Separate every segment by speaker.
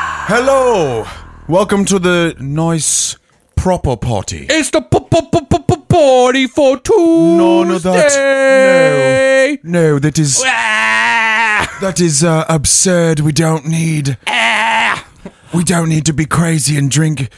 Speaker 1: Hello! Welcome to the nice proper party.
Speaker 2: It's the p- p- p- p- p- party for Tuesday.
Speaker 1: None of that. No. No, that is
Speaker 2: Ah,
Speaker 1: that is uh, absurd. We don't need
Speaker 2: ah.
Speaker 1: we don't need to be crazy and drink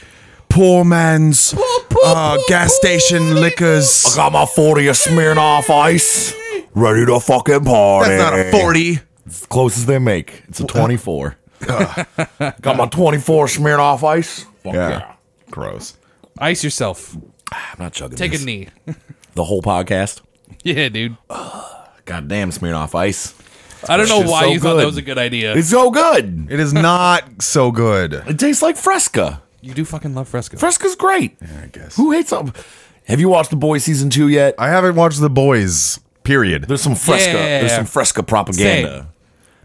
Speaker 1: poor man's uh, gas station liquors.
Speaker 3: Got my 40 of Smirnoff Ice. Ready to fucking party.
Speaker 1: That's not a 40.
Speaker 3: It's close as they make. It's a 24. Got my 24 Smirnoff Ice. Fuck yeah.
Speaker 1: Gross.
Speaker 2: Ice yourself.
Speaker 3: I'm not chugging
Speaker 2: Take
Speaker 3: this.
Speaker 2: a knee.
Speaker 3: The whole podcast.
Speaker 2: Yeah, dude.
Speaker 3: Goddamn Smirnoff Ice.
Speaker 2: I don't know
Speaker 3: just
Speaker 2: why
Speaker 3: so
Speaker 2: you thought that
Speaker 3: good.
Speaker 2: was a good idea.
Speaker 3: It's so good.
Speaker 1: It is not so good.
Speaker 3: It tastes like Fresca.
Speaker 2: you do fucking love Fresco.
Speaker 3: Fresca's great.
Speaker 1: I guess.
Speaker 3: Who hates them? Have you watched The Boys season two yet?
Speaker 1: I haven't watched The Boys. Period.
Speaker 3: There's some Fresca.
Speaker 2: Yeah.
Speaker 3: There's some Fresca propaganda.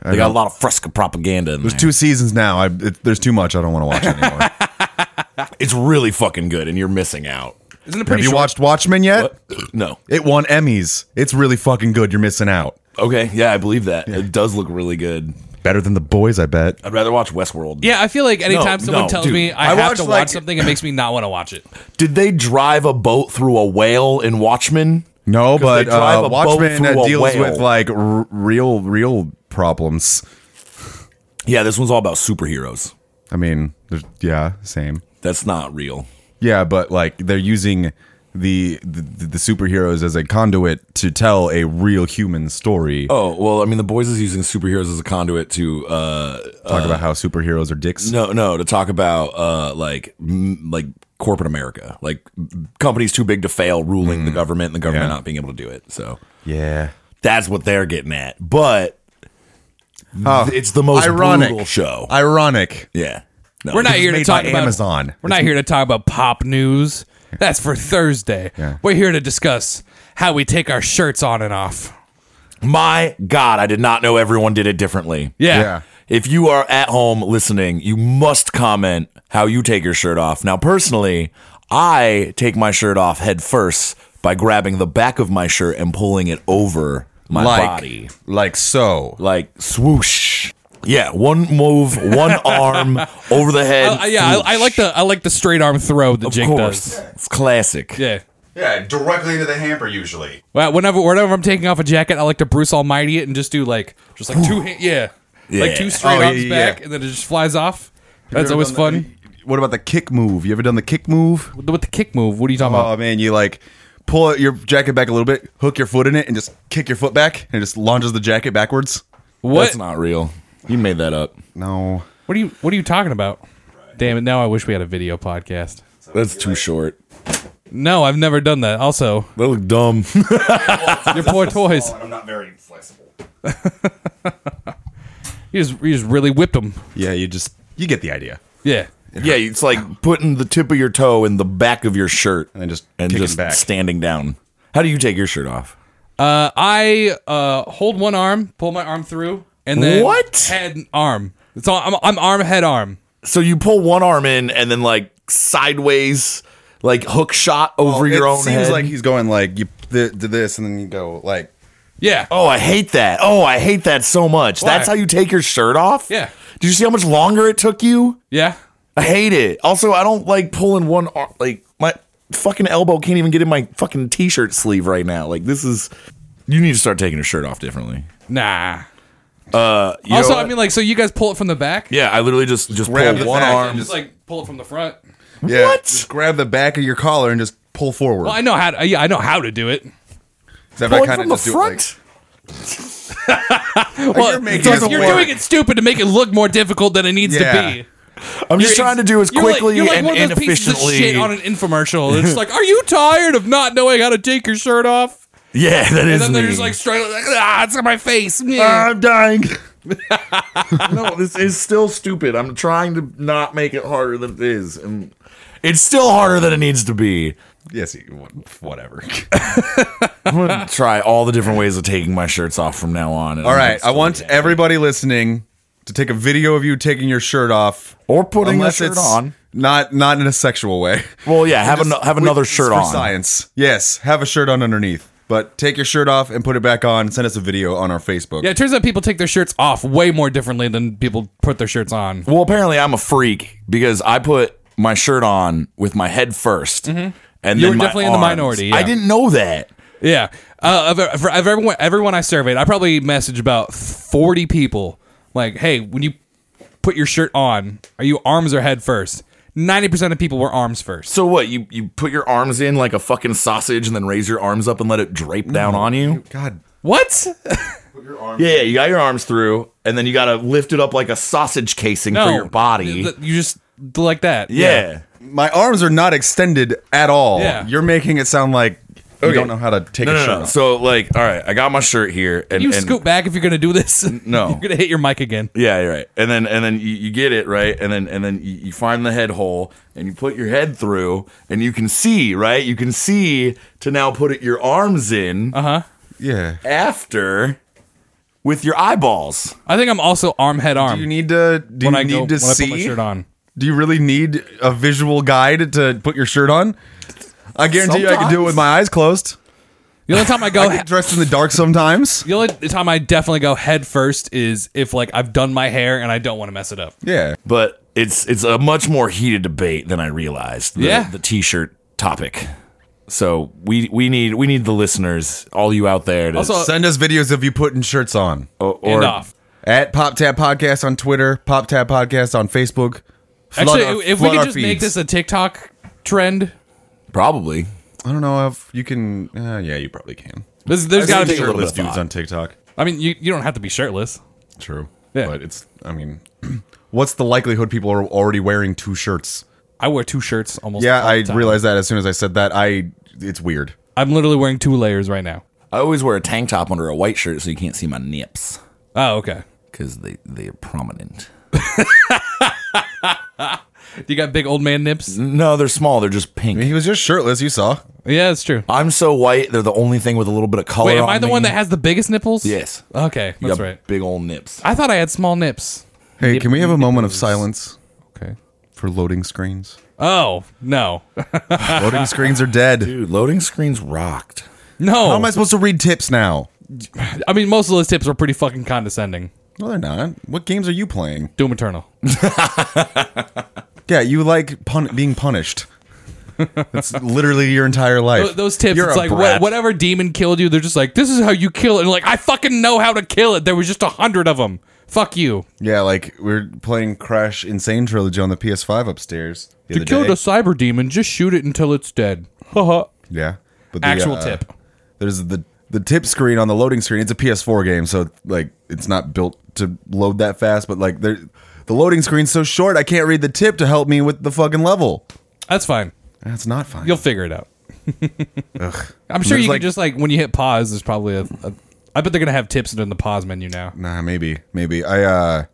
Speaker 3: They got a lot of Fresca propaganda in
Speaker 1: There's
Speaker 3: there.
Speaker 1: two seasons now. I, it, there's too much. I don't want to watch it anymore. Have
Speaker 3: it's really fucking good, and you're missing out.
Speaker 2: Isn't it pretty
Speaker 1: you
Speaker 2: short?
Speaker 1: watched Watchmen yet?
Speaker 3: no.
Speaker 1: It won Emmys. It's really fucking good. You're missing out.
Speaker 3: Okay. Yeah, I believe that. It does look really good.
Speaker 1: Better than The Boys, I bet.
Speaker 3: I'd rather watch Westworld.
Speaker 2: yeah, I feel like anytime
Speaker 3: No,
Speaker 2: someone
Speaker 3: no,
Speaker 2: tells
Speaker 3: dude.
Speaker 2: me I,
Speaker 3: I
Speaker 2: have
Speaker 3: watched,
Speaker 2: to watch
Speaker 3: like-
Speaker 2: something, it makes me not want to watch it.
Speaker 3: Did they drive a boat through a whale in Watchmen?
Speaker 1: No,
Speaker 3: 'Cause
Speaker 1: but
Speaker 3: they drive
Speaker 1: uh,
Speaker 3: a boat
Speaker 1: Watchmen
Speaker 3: through
Speaker 1: uh,
Speaker 3: a
Speaker 1: deals
Speaker 3: whale.
Speaker 1: with like r- real, real problems.
Speaker 3: Yeah, this one's all about superheroes.
Speaker 1: I mean, there's- yeah, same.
Speaker 3: That's not real.
Speaker 1: Yeah, but like they're using the, the the superheroes as a conduit to tell a real human story.
Speaker 3: Oh well, I mean, the boys is using superheroes as a conduit to uh,
Speaker 1: Talk about how superheroes are dicks.
Speaker 3: no, no, to talk about uh, like m- like corporate America, like m- companies too big to fail, ruling the government, and the government
Speaker 1: Mm. Yeah.
Speaker 3: not being able to do it. So
Speaker 1: Yeah.
Speaker 3: that's what they're getting at. But
Speaker 1: Oh,
Speaker 3: it's the most
Speaker 1: ironic
Speaker 3: brutal show.
Speaker 1: Ironic.
Speaker 3: yeah, no,
Speaker 2: We're not
Speaker 1: It's
Speaker 2: here to
Speaker 1: made
Speaker 2: talk
Speaker 1: by
Speaker 2: about
Speaker 1: Amazon.
Speaker 2: We're not here to talk about pop news. That's for Thursday.
Speaker 1: Yeah.
Speaker 2: We're here to discuss how we take our shirts on and off.
Speaker 3: My God, I did not know everyone did it differently.
Speaker 2: Yeah.
Speaker 1: Yeah.
Speaker 3: If you are at home listening, you must comment how you take your shirt off. Now, personally, I take my shirt off head first by grabbing the back of my shirt and pulling it over my
Speaker 1: like,
Speaker 3: body.
Speaker 1: like so.
Speaker 3: Like swoosh. Yeah, one move, one arm over the head.
Speaker 2: Uh, yeah, I, I like the I like the straight arm throw that
Speaker 3: swoosh.
Speaker 2: Jake
Speaker 3: Of course.
Speaker 2: does.
Speaker 3: It's classic.
Speaker 2: Yeah.
Speaker 1: Yeah, directly into the hamper usually.
Speaker 2: Well, whenever whenever I'm taking off a jacket, I like to Bruce Almighty it and just do like just like two hand, yeah.
Speaker 3: Yeah.
Speaker 2: like two straight
Speaker 1: Oh, yeah,
Speaker 2: arms
Speaker 1: yeah,
Speaker 2: back,
Speaker 1: yeah.
Speaker 2: and then it just flies off. That's always fun.
Speaker 1: What about the kick move? You ever done the kick move?
Speaker 2: With the kick move, what are you talking about?
Speaker 1: Oh man, you like pull your jacket back a little bit, hook your foot in it, and just kick your foot back, and it just launches the jacket backwards.
Speaker 2: What
Speaker 3: That's not real. You made that up.
Speaker 1: No,
Speaker 2: what are you what are you talking about? Damn it! Now I wish we had a video podcast.
Speaker 3: That's too short.
Speaker 2: No, I've never done that. Also,
Speaker 3: That looked dumb.
Speaker 2: your poor toys.
Speaker 4: I'm not very flexible.
Speaker 2: You just you just really whipped them.
Speaker 1: yeah, you just you get the idea,
Speaker 2: Yeah.
Speaker 3: Yeah, it's like putting the tip of your toe in the back of your shirt
Speaker 1: and then just
Speaker 3: and
Speaker 1: kick it
Speaker 3: just
Speaker 1: back.
Speaker 3: standing down. How do you take your shirt off?
Speaker 2: Uh, I uh hold one arm, pull my arm through, and then
Speaker 3: What?
Speaker 2: head and arm. It's all I'm, I'm arm head arm.
Speaker 3: So you pull one arm in and then like sideways, like hook shot over
Speaker 1: Well,
Speaker 3: your
Speaker 1: Oh, it
Speaker 3: own
Speaker 1: seems
Speaker 3: head.
Speaker 1: like he's going like you th- do this, and then you go like
Speaker 2: Yeah.
Speaker 3: oh, I hate that. Oh, I hate that so much. That's how you take your shirt off.
Speaker 2: Yeah.
Speaker 3: Did you see how much longer it took you?
Speaker 2: Yeah.
Speaker 3: I hate it. Also, I don't like pulling one arm. Like my fucking elbow can't even get in my fucking t-shirt sleeve right now. Like this is. You need to start taking your shirt off differently.
Speaker 2: Nah.
Speaker 3: You know
Speaker 2: also, I
Speaker 3: what?
Speaker 2: mean, like, so you guys pull it from the back?
Speaker 3: yeah, I literally just just
Speaker 1: grab
Speaker 3: pull
Speaker 1: the
Speaker 3: one
Speaker 1: back and
Speaker 3: arm.
Speaker 2: Just like pull it from the front.
Speaker 1: yeah,
Speaker 3: What?
Speaker 1: Just grab the back of your collar and just pull forward.
Speaker 2: Well, I know how. To, uh, yeah, I know how to do it.
Speaker 1: Except
Speaker 3: Pulling
Speaker 1: kinda
Speaker 3: from the
Speaker 1: just do it,
Speaker 3: front.
Speaker 1: like-
Speaker 2: Well,
Speaker 1: you're making
Speaker 2: it's
Speaker 1: it
Speaker 2: like you're
Speaker 1: work.
Speaker 2: doing it stupid to make it look more difficult than it needs
Speaker 1: Yeah.
Speaker 2: to be.
Speaker 3: I'm just trying to do as
Speaker 2: You're like-
Speaker 3: quickly
Speaker 2: you're like,
Speaker 3: and
Speaker 2: one of those pieces of
Speaker 3: inefficiently.
Speaker 2: shit on an infomercial. It's just like, are you tired of not knowing how to take your shirt off?
Speaker 3: yeah, that
Speaker 2: And
Speaker 3: is
Speaker 2: then they're
Speaker 3: me.
Speaker 2: just like straight up, like, ah, it's on my face. Yeah.
Speaker 3: I'm dying. no, this is still stupid. I'm trying to not make it harder than it is, and it's still harder than it needs to be.
Speaker 1: Yes, you- whatever.
Speaker 3: I'm gonna try all the different ways of taking my shirts off from now on. and
Speaker 1: All
Speaker 3: I'm
Speaker 1: right,
Speaker 3: just-
Speaker 1: I want everybody listening to take a video of you taking your shirt off
Speaker 3: or putting the
Speaker 1: unless
Speaker 3: shirt
Speaker 1: it's
Speaker 3: on.
Speaker 1: not not in a sexual way.
Speaker 3: Well, yeah, have
Speaker 1: Just-
Speaker 3: an, have
Speaker 1: we-
Speaker 3: another
Speaker 1: it's
Speaker 3: shirt
Speaker 1: for
Speaker 3: on.
Speaker 1: Science. Yes, have a shirt on underneath. But take your shirt off and put it back on. Send us a video on our Facebook.
Speaker 2: Yeah, it turns out people take their shirts off way more differently than people put their shirts on.
Speaker 3: Well, apparently I'm a freak because I put my shirt on with my head 1st and
Speaker 2: Mm-hmm. You
Speaker 3: then
Speaker 2: were
Speaker 3: my
Speaker 2: definitely in the
Speaker 3: arms.
Speaker 2: minority, yeah.
Speaker 3: I didn't know that.
Speaker 2: Yeah. Uh, of, for of everyone, everyone I surveyed, I probably messaged about 40 people like, hey, when you put your shirt on, are you arms or head first? 90% of people were arms first.
Speaker 3: So what? You you put your arms in like a fucking sausage and then raise your arms up and let it drape down on you?
Speaker 1: God.
Speaker 2: What?
Speaker 3: Yeah, yeah, you got your arms through and then you got to lift it up like a sausage casing for your body.
Speaker 2: Th- th- You just do like that.
Speaker 3: yeah.
Speaker 1: My arms are not extended at all.
Speaker 2: Yeah.
Speaker 1: You're making it sound like you don't know how to take
Speaker 3: No,
Speaker 1: a
Speaker 3: no,
Speaker 1: shirt
Speaker 3: no.
Speaker 1: off.
Speaker 3: So like, all right, I got my shirt here and
Speaker 2: You
Speaker 3: and,
Speaker 2: scoot back if you're going to do this.
Speaker 3: No.
Speaker 2: you're going to hit your mic again.
Speaker 3: Yeah, you're right. And then and then you, you get it right, and then and then you, you find the head hole, and you put your head through, and you can see right. You can see to now put it your arms in
Speaker 2: Uh-huh.
Speaker 1: yeah.
Speaker 3: after with your eyeballs.
Speaker 2: I think I'm also arm, head, arm.
Speaker 1: Do you need to? Do
Speaker 2: when
Speaker 1: you
Speaker 2: I
Speaker 1: need
Speaker 2: go,
Speaker 1: to
Speaker 2: when
Speaker 1: see?
Speaker 2: I put my shirt on.
Speaker 1: Do you really need a visual guide to put your shirt on? I guarantee you, I could do it with my eyes closed.
Speaker 2: The only time I go
Speaker 1: I get dressed in the dark sometimes.
Speaker 2: The only time I definitely go head first is if like I've done my hair and I don't want to mess it up.
Speaker 1: Yeah.
Speaker 3: But it's it's a much more heated debate than I realized. The,
Speaker 2: Yeah.
Speaker 3: the t-shirt topic. So we we need we need the listeners, all you out there, to
Speaker 2: Also-
Speaker 1: Send us videos of you putting shirts on.
Speaker 3: or,
Speaker 2: and
Speaker 3: or-
Speaker 2: off.
Speaker 1: At Pop Tap Podcast on Twitter, Pop Tap Podcast on Facebook. Flood
Speaker 2: Actually,
Speaker 1: our-
Speaker 2: if we
Speaker 1: flood
Speaker 2: could
Speaker 1: our
Speaker 2: just make
Speaker 1: feeds.
Speaker 2: this a TikTok trend,
Speaker 3: probably.
Speaker 1: I don't know if you can. Uh, yeah, you probably can.
Speaker 2: there's, there's got to be.
Speaker 3: think- a little
Speaker 1: shirtless
Speaker 3: bit of
Speaker 1: dudes
Speaker 3: thought.
Speaker 1: on TikTok.
Speaker 2: I mean, you, you don't have to be shirtless.
Speaker 1: True.
Speaker 2: Yeah.
Speaker 1: But it's. I mean, what's the likelihood people are already wearing two shirts?
Speaker 2: I wear two shirts almost.
Speaker 1: Yeah,
Speaker 2: all the
Speaker 1: I
Speaker 2: time.
Speaker 1: realized that as soon as I said that. I. It's weird.
Speaker 2: I'm literally wearing two layers right now.
Speaker 3: I always wear a tank top under a white shirt so you can't see my nips
Speaker 2: Oh, okay.
Speaker 3: because they they are prominent.
Speaker 2: You got big old man nips.
Speaker 3: No, they're small. They're just pink.
Speaker 1: He was just shirtless. You saw.
Speaker 2: Yeah, it's true.
Speaker 3: I'm so white. They're the only thing with a little bit of color.
Speaker 2: Wait, am
Speaker 3: on
Speaker 2: I the
Speaker 3: me.
Speaker 2: one that has the biggest nipples?
Speaker 3: Yes.
Speaker 2: Okay,
Speaker 3: You
Speaker 2: that's
Speaker 3: got
Speaker 2: right.
Speaker 3: Big old nips.
Speaker 2: I thought I had small nips.
Speaker 1: Hey, can we have a moment of silence
Speaker 2: Okay.
Speaker 1: for loading screens?
Speaker 2: Oh no,
Speaker 1: Loading screens are dead.
Speaker 3: Dude, loading screens rocked.
Speaker 2: no.
Speaker 1: How am I supposed to read tips now?
Speaker 2: I mean, most of those tips were pretty fucking condescending.
Speaker 1: No, they're not. What games are you playing?
Speaker 2: Doom Eternal.
Speaker 1: Yeah, you like pun- being punished. That's literally your entire life.
Speaker 2: Th- those tips,
Speaker 1: You're
Speaker 2: it's
Speaker 1: a
Speaker 2: like
Speaker 1: brat.
Speaker 2: what, whatever demon killed you, they're just like, this is how you kill it. And like, I fucking know how to kill it. There was just a hundred of them. Fuck you.
Speaker 1: Yeah, like we we're playing Crash Insane Trilogy on the PS5 upstairs. The
Speaker 2: To
Speaker 1: other
Speaker 2: kill
Speaker 1: day.
Speaker 2: the cyber demon, just shoot it until it's dead. Haha.
Speaker 1: Yeah. But uh,
Speaker 2: Actual tip.
Speaker 1: There's the the tip screen on the loading screen. It's a PS4 game, so like it's not built to load that fast. But like there, the loading screen's so short, I can't read the tip to help me with the fucking level.
Speaker 2: That's fine.
Speaker 1: That's not fine.
Speaker 2: You'll figure it out. I'm sure
Speaker 1: There's
Speaker 2: you
Speaker 1: like-
Speaker 2: can just like when you hit pause, there's probably a. a I bet they're gonna have tips in the pause menu now.
Speaker 1: nah, maybe, maybe. I uh,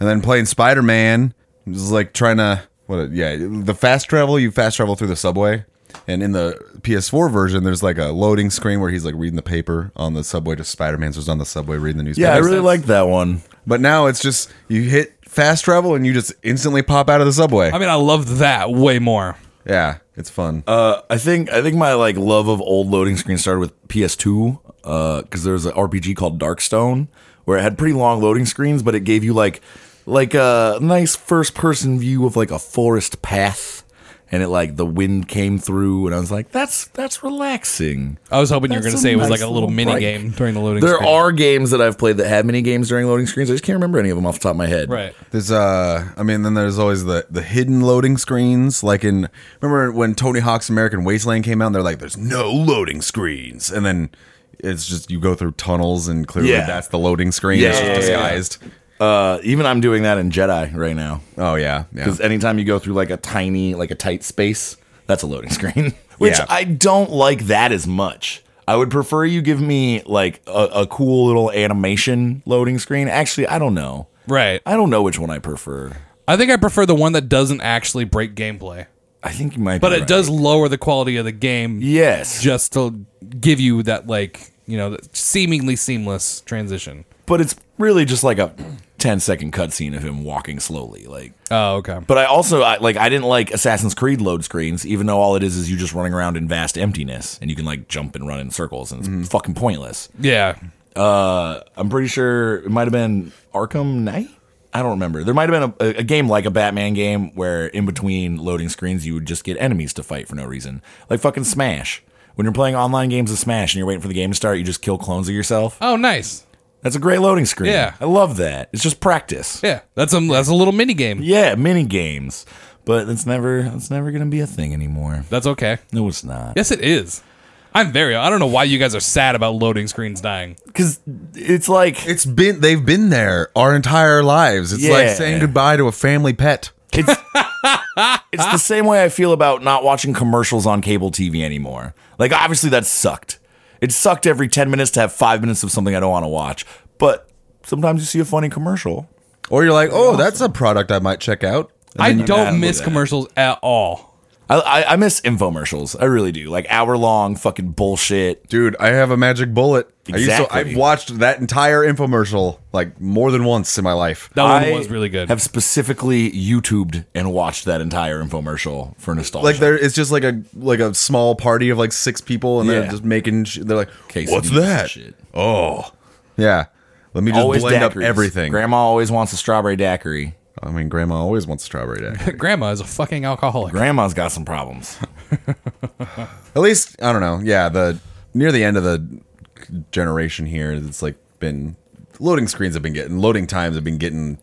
Speaker 1: and then playing Spider Man was like trying to what? Yeah, the fast travel. You fast travel through the subway. And in the PS4 version, there's like a loading screen where he's like reading the paper on the subway. Just Spider Man's was on the subway reading the newspaper.
Speaker 3: Yeah, I
Speaker 1: It's
Speaker 3: really like that one.
Speaker 1: But now it's just you hit fast travel and you just instantly pop out of the subway.
Speaker 2: I mean, I love that way more.
Speaker 1: yeah, it's fun.
Speaker 3: Uh, I think I think my like love of old loading screens started with PS2 because uh, there was an RPG called Darkstone where it had pretty long loading screens, but it gave you like like a nice first person view of like a forest path, and it like the wind came through, and I was like, that's that's relaxing.
Speaker 2: I was hoping you were
Speaker 3: That's
Speaker 2: gonna
Speaker 3: a
Speaker 2: say it was
Speaker 3: nice
Speaker 2: like a little
Speaker 3: little
Speaker 2: mini
Speaker 3: break.
Speaker 2: game during the loading.
Speaker 3: There
Speaker 2: screen.
Speaker 3: are games that I've played that had mini games during loading screens. I just can't remember any of them off the top of my head.
Speaker 2: right.
Speaker 1: there's uh I mean then there's always the the hidden loading screens like in remember when Tony Hawk's American Wasteland came out and they're like there's no loading screens and then it's just you go through tunnels and clearly
Speaker 3: Yeah.
Speaker 1: that's the loading screen
Speaker 3: Yeah,
Speaker 1: it's
Speaker 3: yeah,
Speaker 1: just
Speaker 3: yeah,
Speaker 1: disguised.
Speaker 3: Uh, even I'm doing that in Jedi right now.
Speaker 1: Oh yeah. Yeah.
Speaker 3: Because anytime you go through like a tiny, like a tight space, that's a loading screen. Which
Speaker 1: Yeah.
Speaker 3: I don't like that as much. I would prefer you give me like a, a cool little animation loading screen. Actually, I don't know.
Speaker 2: Right.
Speaker 3: I don't know which one I prefer.
Speaker 2: I think I prefer the one that doesn't actually break gameplay,
Speaker 3: I think you might.
Speaker 2: but
Speaker 3: be
Speaker 2: it
Speaker 3: right.
Speaker 2: does lower the quality of the game.
Speaker 3: Yes,
Speaker 2: just to give you that like you know that seemingly seamless transition.
Speaker 3: but it's really just like a 10 second cutscene of him walking slowly. Like,
Speaker 2: Oh, okay.
Speaker 3: but I also I, like I didn't like Assassin's Creed load screens, even though all it is is you just running around in vast emptiness and you can like jump and run in circles and it's
Speaker 2: Mm-hmm.
Speaker 3: fucking pointless.
Speaker 2: Yeah.
Speaker 3: Uh, I'm pretty sure it might have been Arkham Knight. I don't remember. There might have been a, a game like a Batman game where in between loading screens you would just get enemies to fight for no reason, like fucking Smash. When you're playing online games of Smash and you're waiting for the game to start, you just kill clones of yourself.
Speaker 2: Oh, nice.
Speaker 3: That's a great loading screen.
Speaker 2: Yeah.
Speaker 3: I love that. It's just practice.
Speaker 2: Yeah, that's a that's a little mini game.
Speaker 3: Yeah, mini games. But it's never it's never gonna be a thing anymore.
Speaker 2: That's okay.
Speaker 3: No, it's not.
Speaker 2: Yes, it is. I'm very. I don't know why you guys are sad about loading screens dying.
Speaker 3: Because it's like
Speaker 1: It's been they've been there our entire lives. It's like
Speaker 3: Yeah.
Speaker 1: saying goodbye to a family pet.
Speaker 3: it's it's the same way I feel about not watching commercials on cable TV anymore. Like obviously that sucked. It sucked every ten minutes to have five minutes of something I don't want to watch. But sometimes you see a funny commercial.
Speaker 1: Or you're like, oh, that's a product I might check out. And
Speaker 2: I
Speaker 1: then you-
Speaker 2: don't
Speaker 3: gotta
Speaker 2: miss
Speaker 3: look at it.
Speaker 2: commercials at all.
Speaker 3: I, I, I miss infomercials. I really do. Like hour long fucking bullshit.
Speaker 1: dude, I have a magic bullet. I used to,
Speaker 3: Exactly.
Speaker 1: I've watched that entire infomercial like more than once in my life.
Speaker 2: That one
Speaker 3: I
Speaker 2: Oh, was really good.
Speaker 3: Have specifically YouTubed and watched that entire infomercial for nostalgia.
Speaker 1: Like there, it's just like a like a small party of like six people, and they're
Speaker 3: Yeah.
Speaker 1: just making. Sh- they're like,
Speaker 3: Quesadillas
Speaker 1: what's
Speaker 3: and
Speaker 1: that?
Speaker 3: shit.
Speaker 1: Oh, yeah. Let me just
Speaker 3: always
Speaker 1: blend up
Speaker 3: daiquiris.
Speaker 1: everything.
Speaker 3: Grandma always wants a strawberry daiquiri.
Speaker 1: I mean, grandma always wants strawberry daiquiri.
Speaker 2: Grandma is a fucking alcoholic.
Speaker 3: Grandma's got some problems.
Speaker 1: At least I don't know. Yeah, the near the end of the generation here, it's like been loading screens have been getting loading times have been getting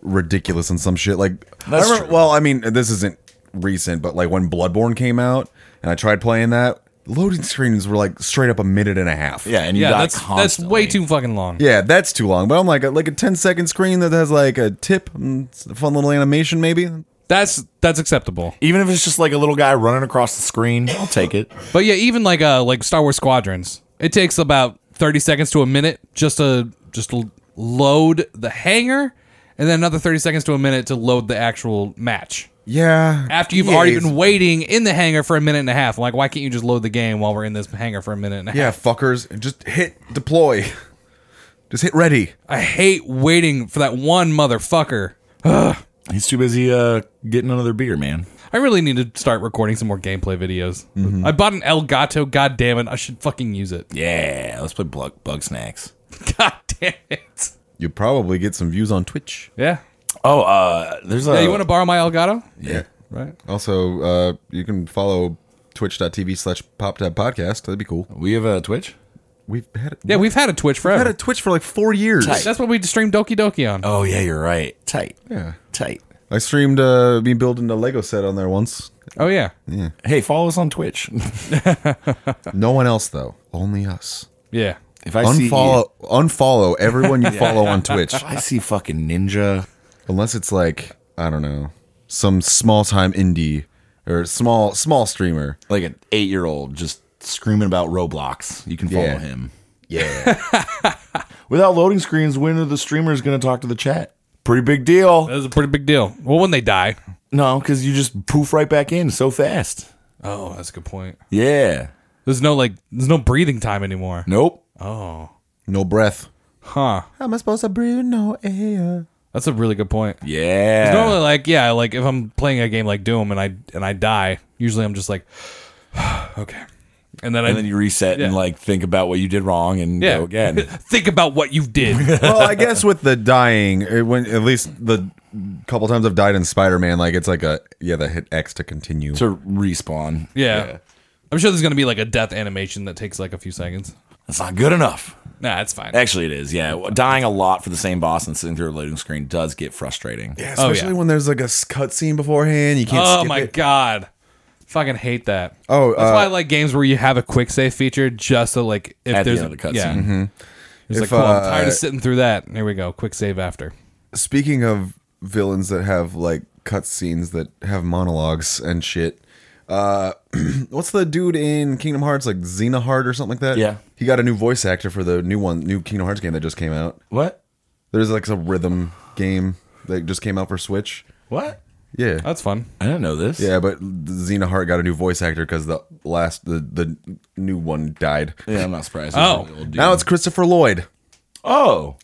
Speaker 1: ridiculous and some shit. Like
Speaker 3: That's
Speaker 1: I remember,
Speaker 3: true.
Speaker 1: well, I mean, this isn't recent, but like when Bloodborne came out, and I tried playing that. Loading screens were like straight up a minute and a half.
Speaker 3: Yeah, and you
Speaker 2: Yeah,
Speaker 3: got
Speaker 2: that's that's
Speaker 3: constantly.
Speaker 2: way too fucking long.
Speaker 1: Yeah, that's too long. But I'm like a, like a 10 second screen that has like a tip, and s- a fun little animation maybe.
Speaker 2: That's that's acceptable.
Speaker 3: Even if it's just like a little guy running across the screen, I'll take it.
Speaker 2: But yeah, even like uh like Star Wars Squadrons, it takes about thirty seconds to a minute just to just to load the hangar, and then another thirty seconds to a minute to load the actual match.
Speaker 1: Yeah.
Speaker 2: After you've
Speaker 1: Yeah,
Speaker 2: already
Speaker 1: it's-
Speaker 2: been waiting in the hangar for a minute and a half, like why can't you just load the game while we're in this hangar for a minute and a half?
Speaker 1: Yeah, fuckers, just hit deploy. Just hit ready.
Speaker 2: I hate waiting for that one motherfucker.
Speaker 3: He's too busy uh, getting another beer, man.
Speaker 2: I really need to start recording some more gameplay videos. I bought an Elgato. God damn it! I should fucking use it.
Speaker 3: Yeah, let's play Bug, bug Snacks.
Speaker 2: God damn it!
Speaker 1: You'll probably get some views on Twitch.
Speaker 2: Yeah.
Speaker 3: Oh, uh, there's a.
Speaker 2: Yeah. You want to borrow my Elgato?
Speaker 1: Yeah.
Speaker 2: Right.
Speaker 1: Also, uh, you can follow twitch.tv slash pop tab podcast. That'd be cool.
Speaker 3: we have a Twitch?
Speaker 1: We've had it.
Speaker 2: Yeah, we've had a Twitch forever.
Speaker 1: had a Twitch for like four years.
Speaker 3: Tight.
Speaker 2: That's what we streamed Doki Doki on.
Speaker 3: Oh, yeah, you're right. Tight.
Speaker 1: Yeah.
Speaker 3: Tight.
Speaker 1: I streamed uh, me building a Lego set on there once.
Speaker 2: Oh yeah.
Speaker 3: Hey, follow us on Twitch.
Speaker 1: No one else though. Only us.
Speaker 2: Yeah.
Speaker 3: If I see.
Speaker 1: Unfollow unfollow everyone you follow on Twitch.
Speaker 3: I see fucking Ninja.
Speaker 1: unless it's like I don't know some small time indie or small small streamer.
Speaker 3: Like an eight year old just screaming about Roblox. You can follow
Speaker 1: Yeah.
Speaker 3: him.
Speaker 1: Yeah,
Speaker 3: Without loading screens, when are the streamers going to talk to the chat? Pretty big deal.
Speaker 2: That was a pretty big deal. Well, when they die.
Speaker 3: No, because you just poof right back in so fast.
Speaker 2: Oh, that's a good point.
Speaker 3: Yeah.
Speaker 2: There's no like, there's no breathing time anymore.
Speaker 3: Nope.
Speaker 2: Oh,
Speaker 1: no breath.
Speaker 2: huh.
Speaker 1: How am I supposed to breathe no air?
Speaker 2: That's a really good point.
Speaker 3: Yeah.
Speaker 2: Normally, like, yeah, like if I'm playing a game like Doom and I and I die, usually I'm just like, okay, and then I
Speaker 3: and then you reset and
Speaker 2: Yeah.
Speaker 3: like think about what you did wrong and
Speaker 2: yeah
Speaker 3: go again.
Speaker 2: think about what you did.
Speaker 1: well, I guess with the dying, it when at least the couple times I've died in Spider Man, like it's like a yeah, the hit X to continue.
Speaker 3: to respawn.
Speaker 2: Yeah. I'm sure there's gonna be like a death animation that takes like a few seconds.
Speaker 3: That's not good enough.
Speaker 2: Nah, it's fine.
Speaker 3: Actually, it is. Yeah. Dying a lot for the same boss and sitting through a loading screen does get frustrating.
Speaker 1: yeah,
Speaker 2: Oh,
Speaker 1: especially
Speaker 2: yeah.
Speaker 1: when there's like a s- cutscene beforehand, you can't.
Speaker 2: Oh
Speaker 1: skip
Speaker 2: my
Speaker 1: it.
Speaker 2: god, fucking hate that.
Speaker 1: Oh,
Speaker 2: that's
Speaker 1: uh,
Speaker 2: why I like games where you have a quick save feature just so like if
Speaker 3: At the
Speaker 2: there's
Speaker 3: end of the cutscene.
Speaker 2: yeah. It's like
Speaker 1: Mm-hmm. If,
Speaker 2: cool, I'm
Speaker 1: uh,
Speaker 2: tired of sitting through that. Here we go, quick save after.
Speaker 1: Speaking of villains that have like cutscenes that have monologues and shit. Uh, what's the dude in Kingdom Hearts like Xena Hart or something like that?
Speaker 3: Yeah.
Speaker 1: he got a new voice actor for the new one, new Kingdom Hearts game that just came out.
Speaker 3: What?
Speaker 1: There's like a rhythm game that just came out for Switch.
Speaker 3: What?
Speaker 1: Yeah,
Speaker 2: That's fun.
Speaker 3: I didn't know this.
Speaker 1: yeah, but Xena Hart got a new voice actor because the last the the new one died.
Speaker 3: Yeah, I'm not surprised.
Speaker 2: Oh.
Speaker 3: It's an old dude.
Speaker 1: Now it's Christopher Lloyd.
Speaker 3: oh.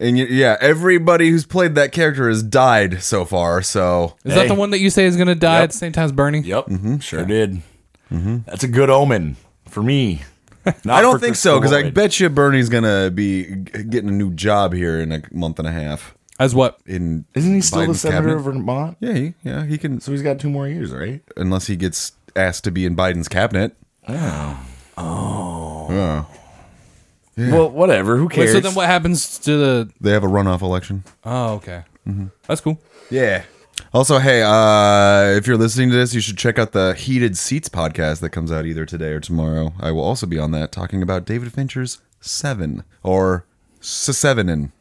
Speaker 1: And you, yeah, everybody who's played that character has died so far. So
Speaker 2: Is
Speaker 3: Hey.
Speaker 2: that the one that you say is going to die
Speaker 3: Yep.
Speaker 2: at the same time as Bernie?
Speaker 3: Yep.
Speaker 1: Mm-hmm.
Speaker 3: Sure did. That's a good omen for me.
Speaker 1: I don't think so because I bet you Bernie's gonna be g- getting a new job here in a month and a half.
Speaker 2: As what?
Speaker 1: In
Speaker 3: Isn't he still the
Speaker 1: Biden's
Speaker 3: senator
Speaker 1: cabinet.
Speaker 3: of Vermont?
Speaker 1: Yeah, he, yeah, he can
Speaker 3: So he's got two more years, right?
Speaker 1: unless he gets asked to be in Biden's cabinet. Oh,
Speaker 3: Well, whatever. Who
Speaker 2: Wait,
Speaker 3: cares?
Speaker 2: so then what happens to the.
Speaker 1: they have a runoff election.
Speaker 2: Oh, okay.
Speaker 1: Mm-hmm.
Speaker 2: That's cool.
Speaker 1: Yeah. Also, hey, uh, if you're listening to this, you should check out the Heated Seats podcast that comes out either today or tomorrow. I will also be on that talking about David Fincher's Seven or Sevenin.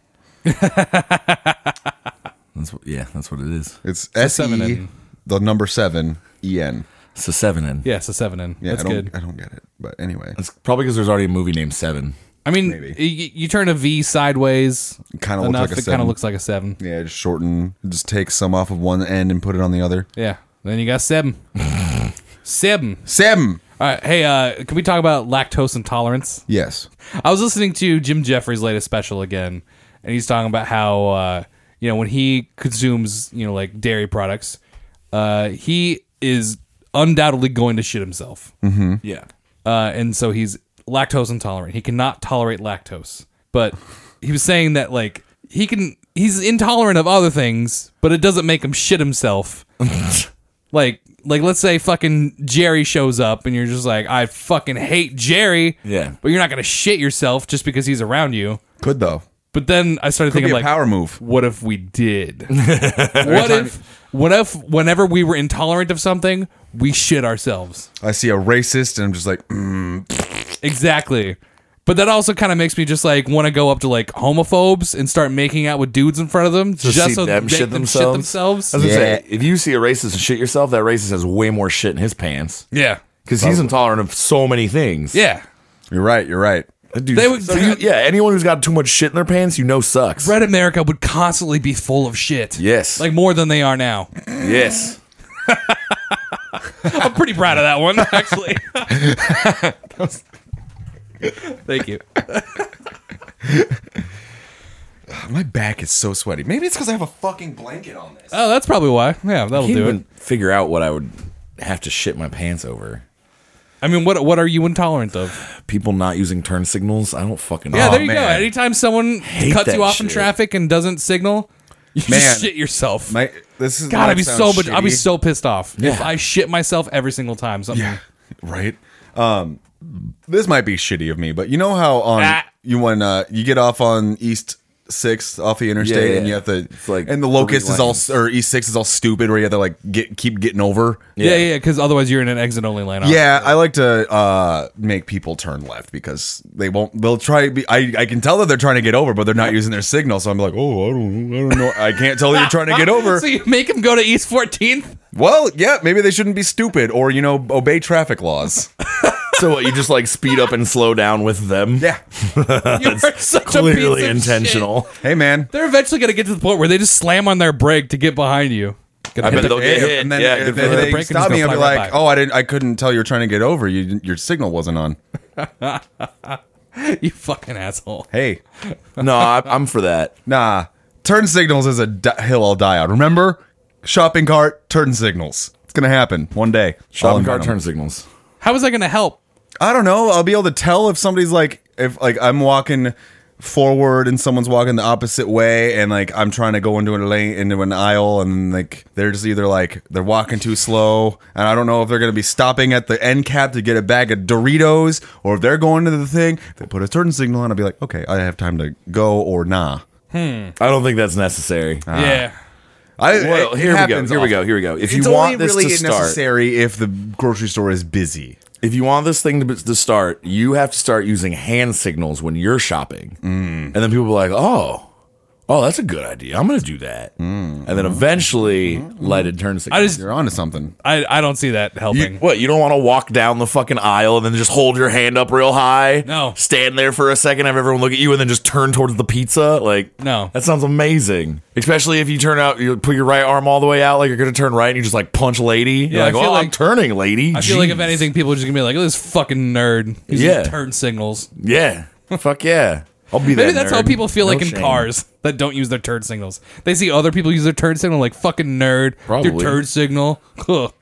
Speaker 3: That's what, yeah, that's what it is.
Speaker 1: It's S E
Speaker 2: Sevenin.
Speaker 1: the number seven E N.
Speaker 3: It's a seven in.
Speaker 2: Yeah, it's a seven in.
Speaker 1: Yeah,
Speaker 2: That's
Speaker 1: I don't,
Speaker 2: good.
Speaker 1: I don't get it, but anyway,
Speaker 3: It's probably because there's already a movie named Seven.
Speaker 2: I mean, y
Speaker 1: Maybe.
Speaker 2: y- you turn a V sideways
Speaker 1: Kinda looks like
Speaker 2: enough,
Speaker 1: a
Speaker 2: it kind
Speaker 1: seven.
Speaker 2: of looks like a seven.
Speaker 1: yeah, just shorten, just take some off of one end and put it on the other.
Speaker 2: Yeah. Then you got seven. seven.
Speaker 1: Seven.
Speaker 2: All right. Hey, uh, can we talk about lactose intolerance?
Speaker 1: Yes.
Speaker 2: I was listening to Jim Jeffries' latest special again, and he's talking about how uh, you know when he consumes you know like dairy products, uh, he is undoubtedly going to shit himself,
Speaker 3: Yeah.
Speaker 2: uh, and so he's lactose intolerant. He cannot tolerate lactose, but he was saying that like he can he's intolerant of other things, but it doesn't make him shit himself. Like, like let's say fucking Jerry shows up and you're just like, I fucking hate Jerry.
Speaker 3: Yeah.
Speaker 2: But you're not gonna shit yourself just because he's around you.
Speaker 1: Could though.
Speaker 2: But then I started
Speaker 1: Could be
Speaker 2: thinking
Speaker 1: a
Speaker 2: like
Speaker 1: power move.
Speaker 2: what if we did? what if what if whenever we were intolerant of something, we shit ourselves?
Speaker 1: I see a racist, and I'm just like, mm,
Speaker 2: Exactly. But that also kind of makes me just like want to go up to like homophobes and start making out with dudes in front of them
Speaker 3: To
Speaker 2: just
Speaker 3: see
Speaker 2: so
Speaker 3: them
Speaker 2: they
Speaker 3: shit
Speaker 2: can
Speaker 3: themselves.
Speaker 2: themselves.
Speaker 3: I was gonna
Speaker 1: Yeah.
Speaker 3: say, if you see a racist and shit yourself, that racist has way more shit in his pants
Speaker 2: Yeah.
Speaker 3: because he's intolerant of so many things.
Speaker 2: Yeah.
Speaker 1: you're right, you're right.
Speaker 3: That dude's-
Speaker 2: They would-
Speaker 3: so you- yeah. Anyone who's got too much shit in their pants, you know, sucks.
Speaker 2: Red America would constantly be full of shit.
Speaker 3: Yes.
Speaker 2: Like more than they are now.
Speaker 3: yes.
Speaker 2: I'm pretty proud of that one, actually. Thank you.
Speaker 1: My back is so sweaty. Maybe it's because I have a fucking blanket on this.
Speaker 2: Oh, that's probably why. Yeah, that'll
Speaker 3: Can't
Speaker 2: do
Speaker 3: even
Speaker 2: it.
Speaker 3: figure out what I would have to shit my pants over.
Speaker 2: I mean, what what are you intolerant of?
Speaker 3: People not using turn signals. I don't fucking know.
Speaker 2: Yeah,
Speaker 1: Oh,
Speaker 2: there you go.
Speaker 1: man.
Speaker 2: Anytime someone cuts
Speaker 3: that
Speaker 2: you off in
Speaker 3: shit.
Speaker 2: traffic and doesn't signal, you
Speaker 1: Man.
Speaker 2: just shit yourself.
Speaker 1: My this is
Speaker 2: God,
Speaker 1: might
Speaker 2: I'd be
Speaker 1: sound
Speaker 2: so much. I'd be
Speaker 1: shitty.
Speaker 2: so pissed off if
Speaker 3: Yeah.
Speaker 2: I shit myself every single time. Something.
Speaker 1: Yeah, right. Um, this might be shitty of me, but you know how on
Speaker 2: Ah.
Speaker 1: you when uh, you get off on East Sixth off the interstate,
Speaker 3: yeah.
Speaker 1: and you have to
Speaker 3: It's like
Speaker 1: and the locust
Speaker 3: three
Speaker 1: is all
Speaker 3: lanes.
Speaker 1: or East Six is all stupid, where you have to like get keep getting over.
Speaker 2: Yeah, yeah, yeah. Because otherwise, you're in an exit only lane.
Speaker 1: Yeah, I like to uh, make people turn left because they won't. They'll try. Be, I I can tell that they're trying to get over, but they're not using their signal. So I'm like, oh, I don't, know, I don't know. I can't tell that you're trying to get over.
Speaker 2: So you make him go to East 14th.
Speaker 1: Well, yeah, maybe they shouldn't be stupid or you know obey traffic laws.
Speaker 3: So what? You just like speed up and slow down with them?
Speaker 1: Yeah.
Speaker 2: You are such a
Speaker 3: Clearly
Speaker 2: piece of shit.
Speaker 3: intentional.
Speaker 1: Hey, man.
Speaker 2: They're eventually gonna get to the point where they just slam on their brake to get behind you. Gonna
Speaker 3: I
Speaker 2: hit
Speaker 3: bet
Speaker 2: the-
Speaker 3: they'll get
Speaker 1: Yeah,
Speaker 3: hit.
Speaker 1: and then,
Speaker 3: yeah,
Speaker 1: and
Speaker 3: good for
Speaker 1: then
Speaker 3: them.
Speaker 2: the
Speaker 1: they
Speaker 2: brake and
Speaker 1: stop
Speaker 2: just
Speaker 1: me
Speaker 2: go
Speaker 1: and be
Speaker 2: fly right
Speaker 1: like,
Speaker 2: by.
Speaker 1: "Oh, I didn't, I couldn't tell you're trying to get over. You, your signal wasn't on."
Speaker 2: you fucking asshole.
Speaker 1: Hey,
Speaker 3: No, I, I'm for that.
Speaker 1: nah, turn signals is a di- hill I'll die on. Remember, shopping cart, turn signals. It's gonna happen one day. I'll
Speaker 3: Shopping
Speaker 1: invent
Speaker 3: cart
Speaker 1: them.
Speaker 3: turn signals.
Speaker 2: How is that gonna help?
Speaker 1: I don't know. I'll be able to tell if somebody's like, if like I'm walking forward and someone's walking the opposite way, and like I'm trying to go into a lane, into an aisle, and like they're just either like they're walking too slow, and I don't know if they're gonna be stopping at the end cap to get a bag of Doritos, or if they're going to the thing. If they put a turn signal on, I'll be like, okay, I have time to go or nah.
Speaker 3: I don't think that's necessary.
Speaker 2: yeah.
Speaker 1: I
Speaker 3: Uh, Well,
Speaker 1: it
Speaker 3: here we go.
Speaker 1: happens
Speaker 3: Here we
Speaker 1: often.
Speaker 3: go. Here we go. If
Speaker 1: It's
Speaker 3: you
Speaker 1: only
Speaker 3: want this
Speaker 1: really
Speaker 3: to start,
Speaker 1: necessary if the grocery store is busy.
Speaker 3: if you want this thing to, be- to start, you have to start using hand signals when you're shopping.
Speaker 1: Mm.
Speaker 3: And then people are like, oh, oh, that's a good idea. I'm going to do that.
Speaker 1: Mm.
Speaker 3: And then eventually,
Speaker 1: Mm-hmm.
Speaker 3: lighted turn signals.
Speaker 2: I just
Speaker 1: You're onto something.
Speaker 2: I, I don't see that helping.
Speaker 3: what you don't want to walk down the fucking aisle and then just hold your hand up real high.
Speaker 2: No.
Speaker 3: stand there for a second, have everyone look at you, and then just turn towards the pizza. Like,
Speaker 2: No.
Speaker 3: that sounds amazing. Especially if you turn out, you put your right arm all the way out, like you're gonna turn right, and you just like punch lady. You're
Speaker 2: Yeah, I
Speaker 3: like,
Speaker 2: feel
Speaker 3: oh, I'm
Speaker 2: like-
Speaker 3: turning lady.
Speaker 2: I feel like if anything, people are just gonna be like, "This fucking nerd." He's
Speaker 3: Yeah.
Speaker 2: turn signals.
Speaker 3: yeah, fuck yeah. I'll be that
Speaker 2: Maybe that's how
Speaker 3: nerd.
Speaker 2: people feel
Speaker 3: No
Speaker 2: like in
Speaker 3: shame.
Speaker 2: cars that don't use their turn signals. They see other people use their turn signal, like fucking nerd. Your
Speaker 3: Probably.
Speaker 2: turn signal. Ugh.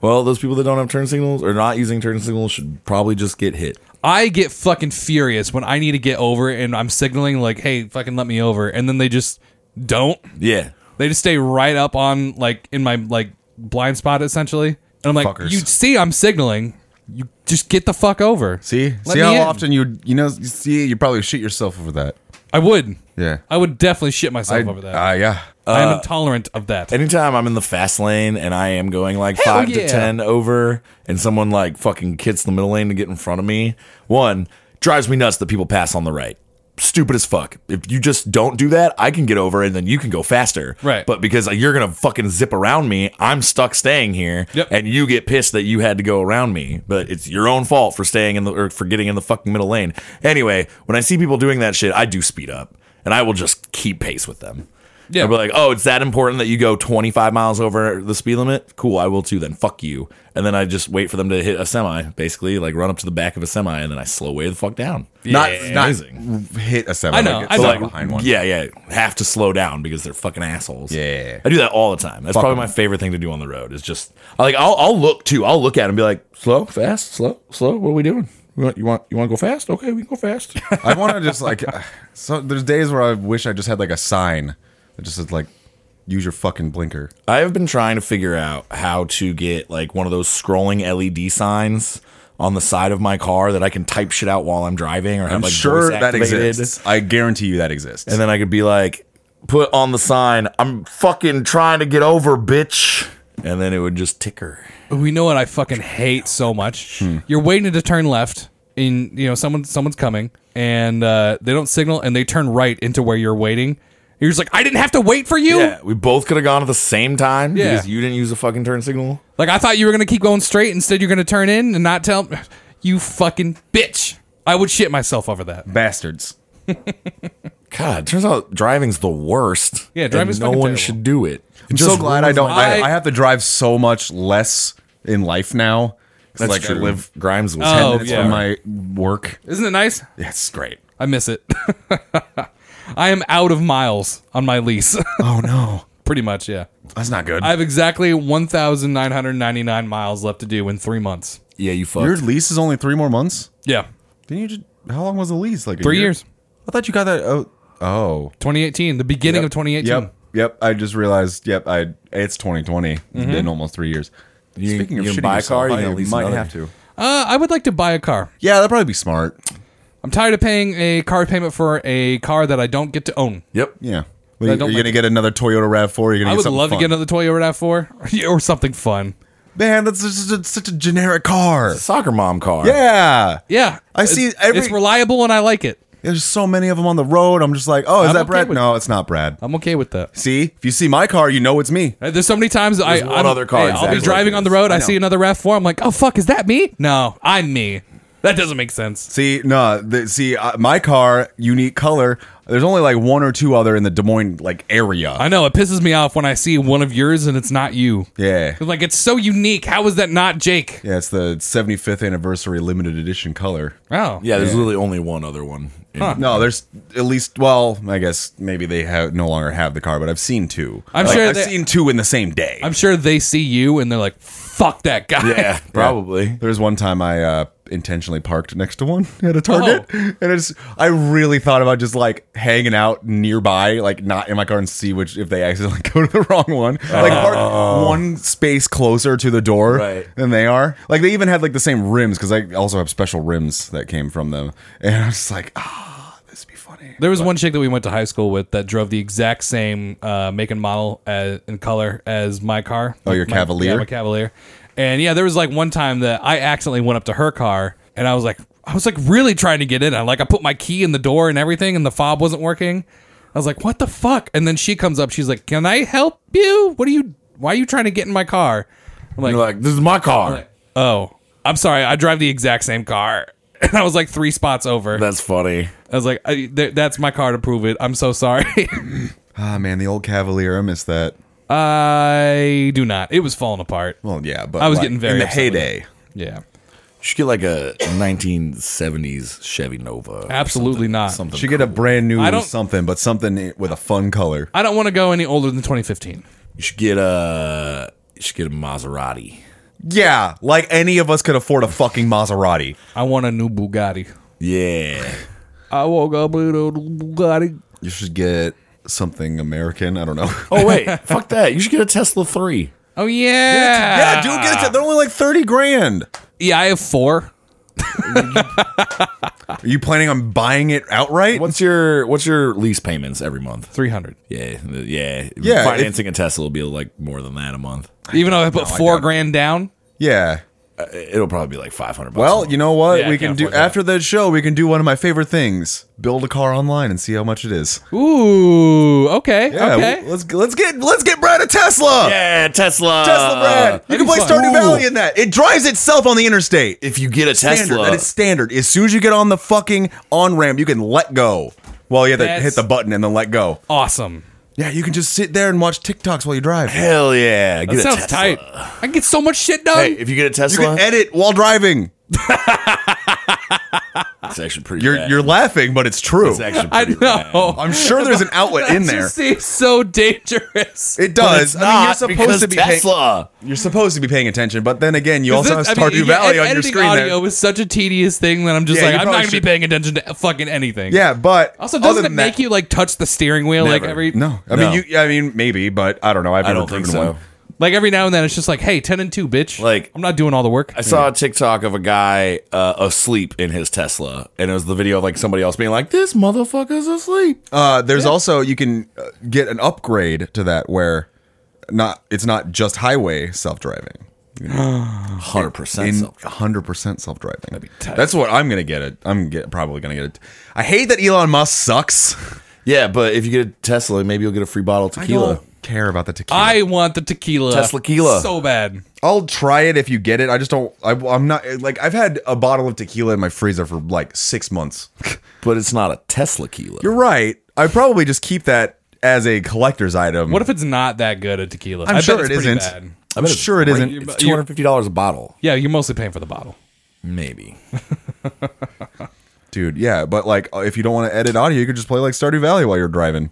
Speaker 3: Well, those people that don't have turn signals or not using turn signals should probably just get hit.
Speaker 2: I get fucking furious when I need to get over and I'm signaling like, "Hey, fucking let me over," and then they just don't.
Speaker 3: Yeah.
Speaker 2: They just stay right up on like in my like blind spot essentially. And I'm like,
Speaker 1: Fuckers.
Speaker 2: "You see, I'm signaling. You just get the fuck over."
Speaker 1: See,
Speaker 2: Let
Speaker 1: see
Speaker 2: me
Speaker 1: how
Speaker 2: in.
Speaker 1: often you you know you see you probably shit yourself over that.
Speaker 2: I would.
Speaker 1: Yeah,
Speaker 2: I would definitely shit myself
Speaker 1: I-
Speaker 2: over that.
Speaker 1: ah, yeah.
Speaker 2: I am intolerant of that.
Speaker 3: Anytime I'm in the fast lane and I am going like
Speaker 2: Hell
Speaker 3: five
Speaker 2: yeah.
Speaker 3: to ten over, and someone like fucking hits the middle lane to get in front of me, one drives me nuts that people pass on the right. Stupid as fuck. If you just don't do that, I can get over and then you can go faster.
Speaker 2: Right.
Speaker 3: But because you're gonna fucking zip around me, I'm stuck staying here,
Speaker 2: Yep.
Speaker 3: and you get pissed that you had to go around me. But it's your own fault for staying in the or for getting in the fucking middle lane. Anyway, when I see people doing that shit, I do speed up, and I will just keep pace with them.
Speaker 2: Yeah.
Speaker 3: I'll be like, oh, it's that important that you go 25 miles over the speed limit? Cool, I will too then. Fuck you. And then I just wait for them to hit a semi, basically, like run up to the back of a semi, and then I slow way the fuck down.
Speaker 1: Not
Speaker 2: Yeah.
Speaker 1: not
Speaker 3: Amazing.
Speaker 1: hit a seven.
Speaker 2: I know,
Speaker 1: Like,
Speaker 2: I
Speaker 1: it's
Speaker 2: know.
Speaker 1: not behind one.
Speaker 3: Yeah, yeah. Have to slow down because they're fucking assholes.
Speaker 1: Yeah.
Speaker 3: I do that all the time. That's
Speaker 1: Fuck
Speaker 3: probably
Speaker 1: 'em.
Speaker 3: my favorite thing to do on the road is just like I'll I'll look too. I'll look at 'em and be like, slow, fast, slow, slow. What are we doing? You want you want you want to go fast? Okay, we can go fast.
Speaker 1: I want to just like uh, so. There's days where I wish I just had like a sign that just said like use your fucking blinker.
Speaker 3: I have been trying to figure out how to get like one of those scrolling LED signs on the side of my car that I can type shit out while I'm driving or have
Speaker 1: I'm
Speaker 3: like
Speaker 1: sure
Speaker 3: voice
Speaker 1: that
Speaker 3: activated.
Speaker 1: exists. I guarantee you that exists.
Speaker 3: And then I could be like, put on the sign, I'm fucking trying to get over, bitch. And then it would just ticker.
Speaker 2: We know what I fucking hate so much. You're waiting to turn left, and you know someone someone's coming, and uh, they don't signal, and they turn right into where you're waiting. You're just like, I didn't have to wait for you.
Speaker 3: Yeah, we both could have gone at the same time
Speaker 2: Yeah.
Speaker 3: because you didn't use a fucking turn signal.
Speaker 2: Like I thought you were gonna keep going straight. Instead, you're gonna turn in and not tell. You fucking bitch. I would shit myself over that.
Speaker 1: Bastards.
Speaker 3: God, turns out driving's the worst.
Speaker 2: Yeah,
Speaker 3: and
Speaker 2: driving's
Speaker 3: no
Speaker 2: fucking
Speaker 3: one
Speaker 2: terrible.
Speaker 3: should do it.
Speaker 1: I'm so glad I don't. I,
Speaker 2: I-
Speaker 1: I have to drive so much less in life now. 'Cause,
Speaker 3: That's
Speaker 1: like
Speaker 3: true.
Speaker 1: I live
Speaker 3: Grimes was
Speaker 2: Oh,
Speaker 1: ten minutes
Speaker 2: yeah.
Speaker 1: from my work.
Speaker 2: Isn't it nice?
Speaker 1: Yeah, It's great.
Speaker 2: I miss it. I am out of miles on my lease.
Speaker 1: Oh no,
Speaker 2: Pretty much, yeah.
Speaker 1: that's not good.
Speaker 2: I have exactly 1,999 miles left to do in three months.
Speaker 3: Yeah, you fucked.
Speaker 1: Your lease is only three more months.
Speaker 2: Yeah.
Speaker 1: Didn't you? Just, how long was the lease? Like a
Speaker 2: Three
Speaker 1: year?
Speaker 2: years.
Speaker 1: I thought you got that. Oh, oh.
Speaker 2: 2018, the beginning of 2018.
Speaker 1: Yep, yep. I just realized. Yep, I. It's 2020. It's
Speaker 2: Mm-hmm.
Speaker 1: been almost three years.
Speaker 3: You- you gonna
Speaker 1: shitting
Speaker 3: buy a car, you
Speaker 1: I
Speaker 3: gonna lease
Speaker 1: might
Speaker 3: another?
Speaker 1: have to.
Speaker 2: Uh, I would like to buy a car.
Speaker 1: Yeah, that'd probably be smart.
Speaker 2: I'm tired of paying a car payment for a car that I don't get to own.
Speaker 3: yep.
Speaker 1: Yeah. Well, you,
Speaker 2: don't
Speaker 1: are you
Speaker 2: like-
Speaker 1: gonna get another Toyota Rav Four? You're gonna.
Speaker 2: I
Speaker 1: get
Speaker 2: would
Speaker 1: something
Speaker 2: love
Speaker 1: fun.
Speaker 2: to get another Toyota RAV4 Yeah, or something fun.
Speaker 1: Man, that's just a, such a generic car.
Speaker 3: Soccer mom car.
Speaker 1: Yeah.
Speaker 2: Yeah.
Speaker 1: I
Speaker 2: It's-
Speaker 1: see every-
Speaker 2: It's reliable and I like it.
Speaker 1: There's so many of them on the road. I'm just like, oh, is
Speaker 2: I'm
Speaker 1: that
Speaker 2: okay
Speaker 1: Brad?
Speaker 2: with- Uh,
Speaker 1: No, it's not Brad.
Speaker 2: I'm okay with that.
Speaker 1: See, if you see my car, you know it's me.
Speaker 2: Uh, There's so many times I,
Speaker 3: one
Speaker 2: I'm-
Speaker 3: other car
Speaker 2: hey, I'll
Speaker 3: exactly
Speaker 2: be driving
Speaker 3: like
Speaker 2: on the
Speaker 3: this.
Speaker 2: road. I,
Speaker 1: I
Speaker 2: see
Speaker 1: know.
Speaker 2: another RAV4. I'm like, oh, fuck, is that me? No, I'm me. That doesn't make sense.
Speaker 1: See, no, the, see, uh, my car, unique color. There's only like one or two other in the Des Moines like area.
Speaker 2: I know. It pisses me off when I see one of yours and it's not you.
Speaker 1: yeah,
Speaker 2: Like, it's so unique. How is that not Jake?
Speaker 1: yeah. It's the 75th anniversary limited edition color.
Speaker 2: Oh.
Speaker 3: Yeah, there's literally only one other one. in-
Speaker 1: No, there's at least. Well, I guess maybe they have no longer have the car, but I've seen two.
Speaker 2: I'm
Speaker 1: Like,
Speaker 2: sure
Speaker 1: I've
Speaker 2: they-
Speaker 1: seen two in the same day.
Speaker 2: I'm sure they see you and they're like, fuck that guy.
Speaker 3: Yeah, probably.
Speaker 1: There was one time I uh, intentionally parked next to one at
Speaker 2: Oh.
Speaker 1: a Target, and it's I really thought about just like hanging out nearby, like not in my car, and see which if they accidentally go to the wrong one, like park
Speaker 2: Oh.
Speaker 1: one space closer to the door
Speaker 3: Right.
Speaker 1: than they are. Like they even had like the same rims because I also have special rims that came from them, and I was just like, ah, this would be funny.
Speaker 2: There was one chick that we went to high school with that drove the exact same uh, make and model as, in color as my car.
Speaker 1: Oh, your
Speaker 2: My-
Speaker 1: Cavalier?
Speaker 2: yeah, my Cavalier. And yeah, there was like one time that I accidentally went up to her car and I was like, I was like really trying to get in. I like I put my key in the door and everything, and the fob wasn't working. I was like, what the fuck? And then she comes up, she's like, Can I help you? What are you? Why are you trying to get in my car? I'm like,
Speaker 3: You're like, this is my car.
Speaker 2: Oh, I'm sorry, I drive the exact same car. And I was like three spots over.
Speaker 3: That's funny.
Speaker 2: I was like, I, th- that's my car to prove it. I'm so sorry.
Speaker 1: Ah, man, the old Cavalier, I miss that.
Speaker 2: I do not. It was falling apart.
Speaker 1: Well, yeah, but
Speaker 2: I was
Speaker 1: like,
Speaker 2: getting very
Speaker 1: in the
Speaker 2: upset with
Speaker 1: heyday.
Speaker 2: Yeah.
Speaker 3: should get like a 1970s Chevy Nova.
Speaker 2: Absolutely not.
Speaker 3: Something.
Speaker 1: Should get a brand
Speaker 2: I
Speaker 1: new
Speaker 2: don't-
Speaker 1: something, but something with a fun color.
Speaker 2: I don't want to go any older than 2015.
Speaker 3: You should get a. You should get a Maserati.
Speaker 1: Yeah, like any of us could afford a fucking Maserati.
Speaker 2: I want a new Bugatti.
Speaker 3: Yeah.
Speaker 2: I woke up with a new Bugatti.
Speaker 1: You should get something American. I don't know.
Speaker 3: Oh wait, fuck that. You should get a Tesla three.
Speaker 2: Oh
Speaker 1: yeah,
Speaker 2: yeah,
Speaker 1: dude, get it. They're only like thirty grand.
Speaker 2: Yeah, I have four.
Speaker 1: Are you planning on buying it outright?
Speaker 3: What's your What's your lease payments every month?
Speaker 2: 300.
Speaker 3: Yeah, yeah,
Speaker 1: Yeah,
Speaker 3: Financing a Tesla will be like more than that a month.
Speaker 2: Even though I put four
Speaker 1: got-
Speaker 2: grand down.
Speaker 1: Yeah.
Speaker 3: Uh, It'll probably be like five hundred.
Speaker 1: Well, you know what?
Speaker 2: Yeah, I
Speaker 1: we
Speaker 2: can't
Speaker 1: can do
Speaker 2: afford that.
Speaker 1: after the show. We can do one of my favorite things: build a car online and see how much it is.
Speaker 2: Ooh, okay,
Speaker 1: Yeah,
Speaker 2: okay.
Speaker 1: w- let's let's get let's get Brad a Tesla.
Speaker 3: yeah, Tesla.
Speaker 1: Tesla Brad. You can
Speaker 2: be
Speaker 1: play
Speaker 2: fun.
Speaker 1: Stardew
Speaker 2: Ooh.
Speaker 1: Valley in that. It drives itself on the interstate.
Speaker 3: If you get a
Speaker 1: standard.
Speaker 3: Tesla,
Speaker 1: That is standard. As soon as you get on the fucking on ramp, you can let go. Well, you have to
Speaker 2: That's-
Speaker 1: hit the button and then let go.
Speaker 2: awesome.
Speaker 1: Yeah, you can just sit there and watch TikToks while you drive. You
Speaker 3: hell yeah, get
Speaker 2: That
Speaker 3: a
Speaker 2: sounds
Speaker 3: Tesla.
Speaker 2: tight. I can get so much shit done.
Speaker 3: Hey, if you get a Tesla,
Speaker 1: can edit while driving.
Speaker 3: it's actually pretty.
Speaker 1: You're
Speaker 3: rad.
Speaker 1: you're laughing, but it's true.
Speaker 3: It's actually
Speaker 2: I
Speaker 3: pretty rad.
Speaker 2: know.
Speaker 1: I'm sure there's an outlet in
Speaker 2: That
Speaker 1: there.
Speaker 2: just seems so dangerous.
Speaker 1: It
Speaker 3: But
Speaker 1: does.
Speaker 3: it's
Speaker 1: I mean, you're
Speaker 3: not
Speaker 1: supposed
Speaker 3: because
Speaker 1: to be paying-
Speaker 3: Tesla.
Speaker 1: you're supposed to be paying attention, but then again, you also
Speaker 2: This-
Speaker 1: have
Speaker 2: I mean,
Speaker 1: Stardew
Speaker 2: yeah,
Speaker 1: Valley
Speaker 2: ed-
Speaker 1: on your
Speaker 2: editing
Speaker 1: screen.
Speaker 2: audio
Speaker 1: there.
Speaker 2: is such a tedious thing that I'm just
Speaker 1: Yeah, you
Speaker 2: like, I'm not
Speaker 1: probably
Speaker 2: going to be
Speaker 1: should-
Speaker 2: paying attention to fucking anything.
Speaker 1: Yeah, but
Speaker 2: Also,
Speaker 1: other
Speaker 2: doesn't it
Speaker 1: than
Speaker 2: make
Speaker 1: that-
Speaker 2: you like touch the steering wheel like
Speaker 3: Never.
Speaker 2: every
Speaker 1: No, I
Speaker 3: No.
Speaker 1: mean, you. I mean, maybe, but I don't know. I've
Speaker 3: I
Speaker 1: never
Speaker 3: don't think
Speaker 1: driven
Speaker 3: so.
Speaker 1: one.
Speaker 2: like every now and then? It's just like, hey, ten and two, bitch.
Speaker 3: Like-
Speaker 2: I'm not doing all the work.
Speaker 3: I saw a TikTok of a guy uh, asleep in his Tesla, and it was the video of like somebody else being like, "This motherfucker's asleep."
Speaker 1: Uh, there's also you can uh, get an upgrade to that where not it's not just highway self driving.
Speaker 3: Hundred percent.
Speaker 1: In
Speaker 3: self
Speaker 1: 100% self driving.
Speaker 2: tight.
Speaker 1: That's what I'm gonna get. It. I'm get, probably gonna get it. I hate that Elon Musk sucks.
Speaker 3: Yeah, but if you get a Tesla, maybe you'll get a free bottle of
Speaker 1: I
Speaker 3: tequila.
Speaker 1: don't care about the tequila.
Speaker 2: I want the tequila,
Speaker 3: Teslaquila.
Speaker 2: so bad.
Speaker 1: I'll try it if you get it. I just don't. I, I'm not like I've had a bottle of tequila in my freezer for like six months.
Speaker 3: But it's not a Tesla tequila.
Speaker 1: You're right. I probably just keep that as a collector's item.
Speaker 2: What if it's not that good a tequila?
Speaker 1: I'm
Speaker 2: I
Speaker 1: sure
Speaker 2: bet
Speaker 1: it
Speaker 2: it's pretty
Speaker 1: isn't.
Speaker 2: Bad.
Speaker 1: I'm sure it isn't.
Speaker 3: It's two hundred fifty dollars a bottle,
Speaker 2: Yeah, you're mostly paying for the bottle.
Speaker 3: maybe.
Speaker 1: dude. Yeah, but like uh, if you don't want to edit audio, you could just play like Stardew Valley while you're driving.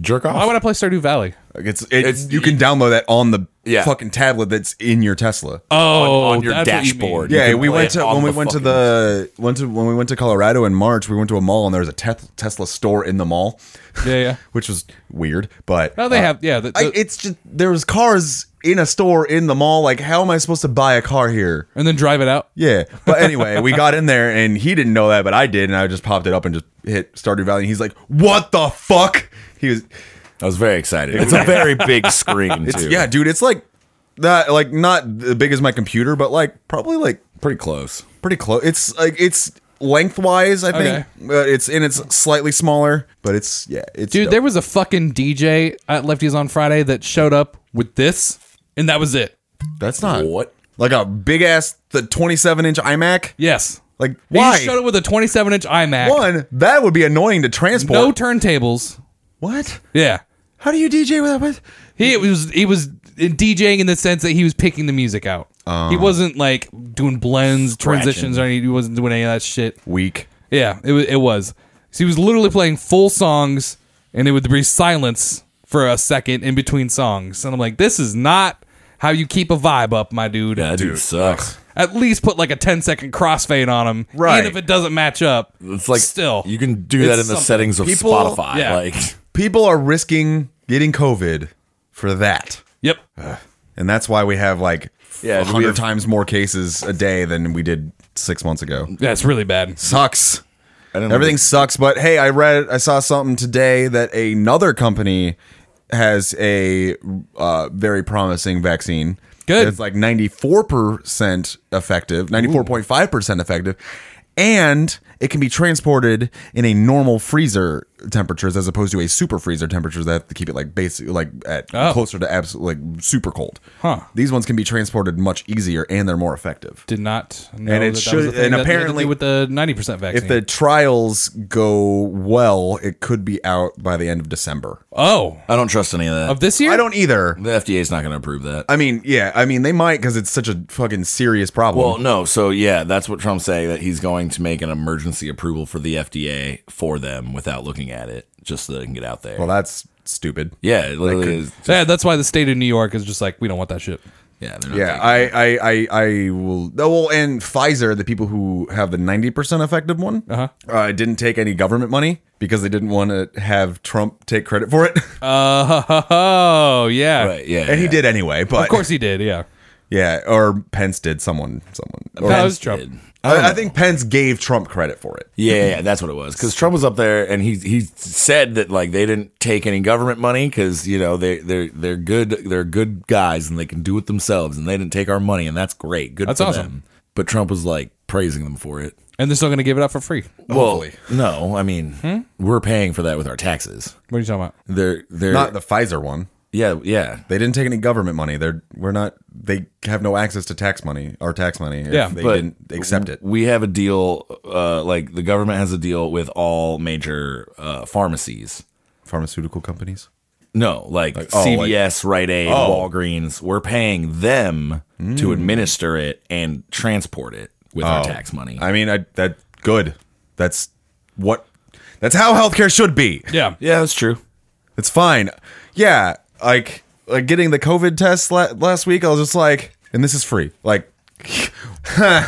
Speaker 3: Jerk
Speaker 2: Why
Speaker 3: off.
Speaker 2: would I play Stardew Valley?
Speaker 1: Like it's, it,
Speaker 3: It's-
Speaker 1: you can download that on the
Speaker 3: Yeah.
Speaker 1: fucking tablet that's in your Tesla.
Speaker 2: Oh,
Speaker 3: on your
Speaker 2: that's what you mean.
Speaker 3: dashboard. You
Speaker 1: yeah,
Speaker 3: can
Speaker 1: we
Speaker 3: play
Speaker 1: went
Speaker 3: it
Speaker 1: to
Speaker 3: on
Speaker 1: when we
Speaker 3: the
Speaker 1: went to
Speaker 3: fucking-
Speaker 1: the went to when we went to Colorado in March. We went to a mall and there was a te- Tesla store in the mall,
Speaker 2: Yeah, yeah.
Speaker 1: which was weird. But
Speaker 2: No, they
Speaker 1: uh,
Speaker 2: have. Yeah, the,
Speaker 1: I,
Speaker 2: the-
Speaker 1: it's just there was cars in a store in the mall. Like, how am I supposed to buy a car here?
Speaker 2: and then drive it out.
Speaker 1: Yeah, but anyway, we got in there and he didn't know that, but I did, and I just popped it up and just hit Stardew Valley. And he's like, "What the fuck?" He was,
Speaker 3: I was very excited. It's a very big screen
Speaker 1: it's,
Speaker 3: too.
Speaker 1: yeah, dude, it's like that, like not as big as my computer, but like probably like
Speaker 3: pretty close.
Speaker 1: pretty close. It's like it's lengthwise, I think. Uh, it's and it's slightly smaller, but it's yeah, it's
Speaker 2: Dude,
Speaker 1: dope.
Speaker 2: there was a fucking DJ at Lefties on Friday that showed up with this, and that was it.
Speaker 1: that's not
Speaker 3: What?
Speaker 1: like a big ass the twenty seven inch iMac.
Speaker 2: Yes.
Speaker 1: Like
Speaker 2: He showed
Speaker 1: why?
Speaker 2: up with a 27 inch iMac.
Speaker 1: One that would be annoying to transport.
Speaker 2: No turntables.
Speaker 1: what?
Speaker 2: Yeah.
Speaker 1: How do you DJ with that? What?
Speaker 2: He was he was DJing in the sense that he was picking the music out. he wasn't like doing blends, transitions, or any, he wasn't doing any of that shit.
Speaker 1: Weak.
Speaker 2: Yeah, it was. It was. So he was literally playing full songs, and it would be silence for a second in between songs. And I'm like, this is not how you keep a vibe up, my dude.
Speaker 3: Yeah, that dude, sucks.
Speaker 2: At least put like a 10 second crossfade on him,
Speaker 1: Right.
Speaker 2: Even if it doesn't match up,
Speaker 3: It's like
Speaker 2: still.
Speaker 3: you can do that in the
Speaker 2: something.
Speaker 3: settings of
Speaker 1: People-
Speaker 3: Spotify.
Speaker 2: yeah.
Speaker 3: Like
Speaker 1: People are risking getting COVID for that,
Speaker 2: yep.
Speaker 1: and that's why we have like
Speaker 3: Yeah,
Speaker 1: yeah,
Speaker 3: we
Speaker 1: hundred
Speaker 3: have-
Speaker 1: times more cases a day than we did six months ago.
Speaker 2: That's really bad.
Speaker 1: Sucks.
Speaker 3: I don't know.
Speaker 1: Everything sucks, but hey, I read, I saw something today that another company has a uh, very promising vaccine.
Speaker 2: Good.
Speaker 1: It's like 94% effective, 94.5% effective, and it can be transported in a normal freezer temperatures as opposed to a super freezer temperatures that have to keep it like basic like at
Speaker 2: Oh.
Speaker 1: closer to absolute like super cold.
Speaker 2: Huh.
Speaker 1: These ones can be transported much easier and they're more effective.
Speaker 2: Did not know
Speaker 1: And it
Speaker 2: that that was
Speaker 1: should-
Speaker 2: a thing
Speaker 1: and
Speaker 2: that they had to
Speaker 1: apparently-
Speaker 2: do with the ninety percent vaccine.
Speaker 1: If the trials go well, it could be out by the end of December.
Speaker 2: oh,
Speaker 3: I don't trust any of that.
Speaker 2: of this year,
Speaker 1: I don't either.
Speaker 3: the FDA's not going to approve that.
Speaker 1: I mean, yeah, I mean they might because it's such a fucking serious problem.
Speaker 3: Well, no. So yeah, that's what Trump's saying that he's going to make an emergency approval for the FDA for them without looking at it, just so they can get out there.
Speaker 1: well, that's stupid.
Speaker 3: yeah, it literally
Speaker 1: could-
Speaker 3: is.
Speaker 2: Yeah, that's why the state of New York is just like we don't want that shit.
Speaker 3: Yeah, they're not
Speaker 1: Yeah,
Speaker 3: taking it.
Speaker 1: I, I, I, I will. Oh, well, and Pfizer, the people who have the 90% effective one, uh-huh. didn't take any government money because they didn't want to have Trump take credit for it.
Speaker 2: Oh yeah,
Speaker 3: Right, yeah,
Speaker 1: and he
Speaker 3: yeah.
Speaker 1: did anyway, but.
Speaker 2: of course he did. Yeah,
Speaker 1: Yeah, or Pence did. Someone. someone.
Speaker 2: that
Speaker 1: Or,
Speaker 2: was Trump.
Speaker 3: did.
Speaker 1: I, I think Pence gave Trump credit for it.
Speaker 3: Yeah, yeah, that's what it was. Because Trump was up there and he he said that like they didn't take any government money because you know they they're they're good they're good guys and they can do it themselves and they didn't take our money and that's great. Good,
Speaker 2: That's
Speaker 3: for
Speaker 2: awesome.
Speaker 3: them. But Trump was like praising them for it.
Speaker 2: And they're still gonna give it up for free.
Speaker 1: Hopefully.
Speaker 3: Well, no, I mean we're paying for that with our taxes.
Speaker 2: What are you talking about?
Speaker 3: They're they're
Speaker 1: Not the Pfizer one.
Speaker 3: yeah yeah
Speaker 1: They didn't take any government money. They're we're not. They have no access to tax money or tax money. If
Speaker 2: Yeah,
Speaker 1: they
Speaker 3: but-
Speaker 1: didn't accept it.
Speaker 3: we have a deal uh, like the government has a deal with all major uh, pharmacies
Speaker 1: Pharmaceutical companies.
Speaker 3: no like,
Speaker 1: oh, like- Oh.
Speaker 3: cvs rite aid walgreens we're paying them
Speaker 1: Mm.
Speaker 3: to administer it and transport it with our tax money
Speaker 1: Oh. I mean, I that good. That's what. That's how healthcare should be.
Speaker 2: Yeah,
Speaker 3: yeah that's true
Speaker 1: It's fine. Yeah, like like getting the COVID test la- last week. I was just like, and this is free. Like,
Speaker 2: yeah.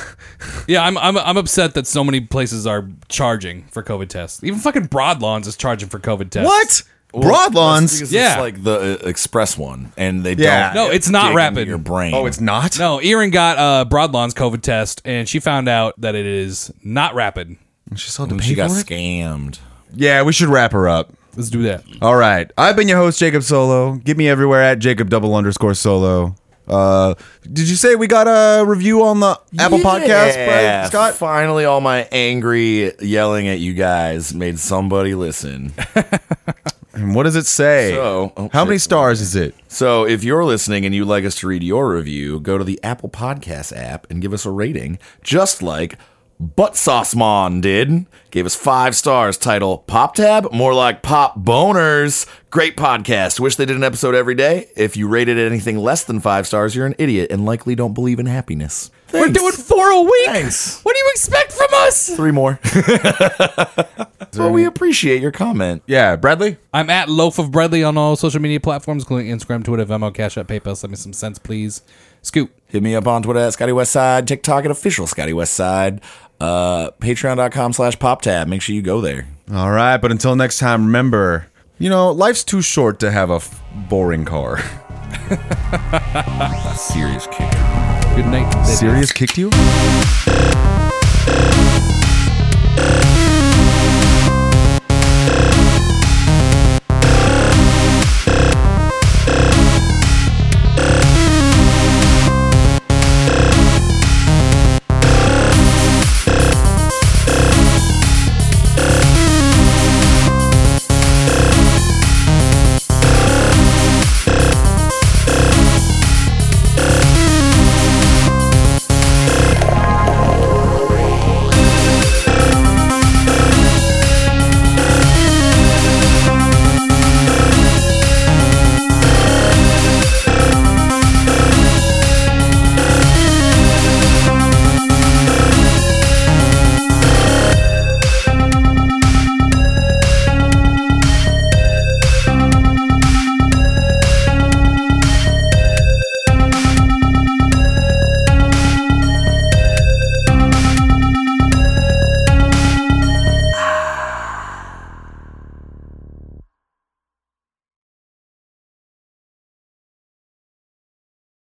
Speaker 2: I'm, I'm I'm upset that so many places are charging for COVID tests. Even fucking Broadlawns is charging for COVID tests.
Speaker 1: what?
Speaker 3: Because
Speaker 1: Broadlawns?
Speaker 3: it's
Speaker 2: Yeah.
Speaker 3: like the uh, express one and they
Speaker 1: Yeah.
Speaker 3: don't
Speaker 2: No, it's not
Speaker 3: dig into
Speaker 2: rapid.
Speaker 3: your brain
Speaker 1: Oh, it's not.
Speaker 2: No, Erin got uh, Broadlawn's COVID test, and she found out that it is not rapid.
Speaker 1: She saw to
Speaker 3: she
Speaker 1: pay
Speaker 3: got
Speaker 1: for it?
Speaker 3: scammed
Speaker 1: Yeah, we should wrap her up.
Speaker 2: Let's do that.
Speaker 1: All right. I've been your host, Jacob Solo. Get me everywhere at Jacob double underscore solo. Uh, did you say we got a review on the Apple Podcast,
Speaker 3: Yeah,
Speaker 1: right, Scott?
Speaker 3: Finally, all my angry yelling at you guys made somebody listen.
Speaker 1: And what does it say?
Speaker 3: So- oh,
Speaker 1: How many
Speaker 3: shit.
Speaker 1: stars is it?
Speaker 3: So if you're listening and you'd like us to read your review, go to the Apple Podcast app and give us a rating, just like Butt Sauce Mon did. Gave us five stars, title Pop Tab, more like Pop Boners. Great podcast. Wish they did an episode every day. If you rated it anything less than five stars, you're an idiot and likely don't believe in happiness. Thanks.
Speaker 2: We're doing four a week.
Speaker 3: Thanks.
Speaker 2: What do you expect from us?
Speaker 3: three more. well, we appreciate your comment.
Speaker 1: Yeah, Bradley?
Speaker 2: I'm at Loaf of Bradley on all social media platforms, including Instagram, Twitter, Venmo, Cash App, PayPal. Send me some cents, please. Scoop.
Speaker 3: Hit me up on Twitter at Scotty Westside, TikTok at official Scotty Westside, uh, patreon.com slash pop tab. Make sure you go there.
Speaker 1: All right, but until next time, remember, you know, life's too short to have a f- boring car.
Speaker 3: Serious kick.
Speaker 2: Good night.
Speaker 1: Serious kicked you?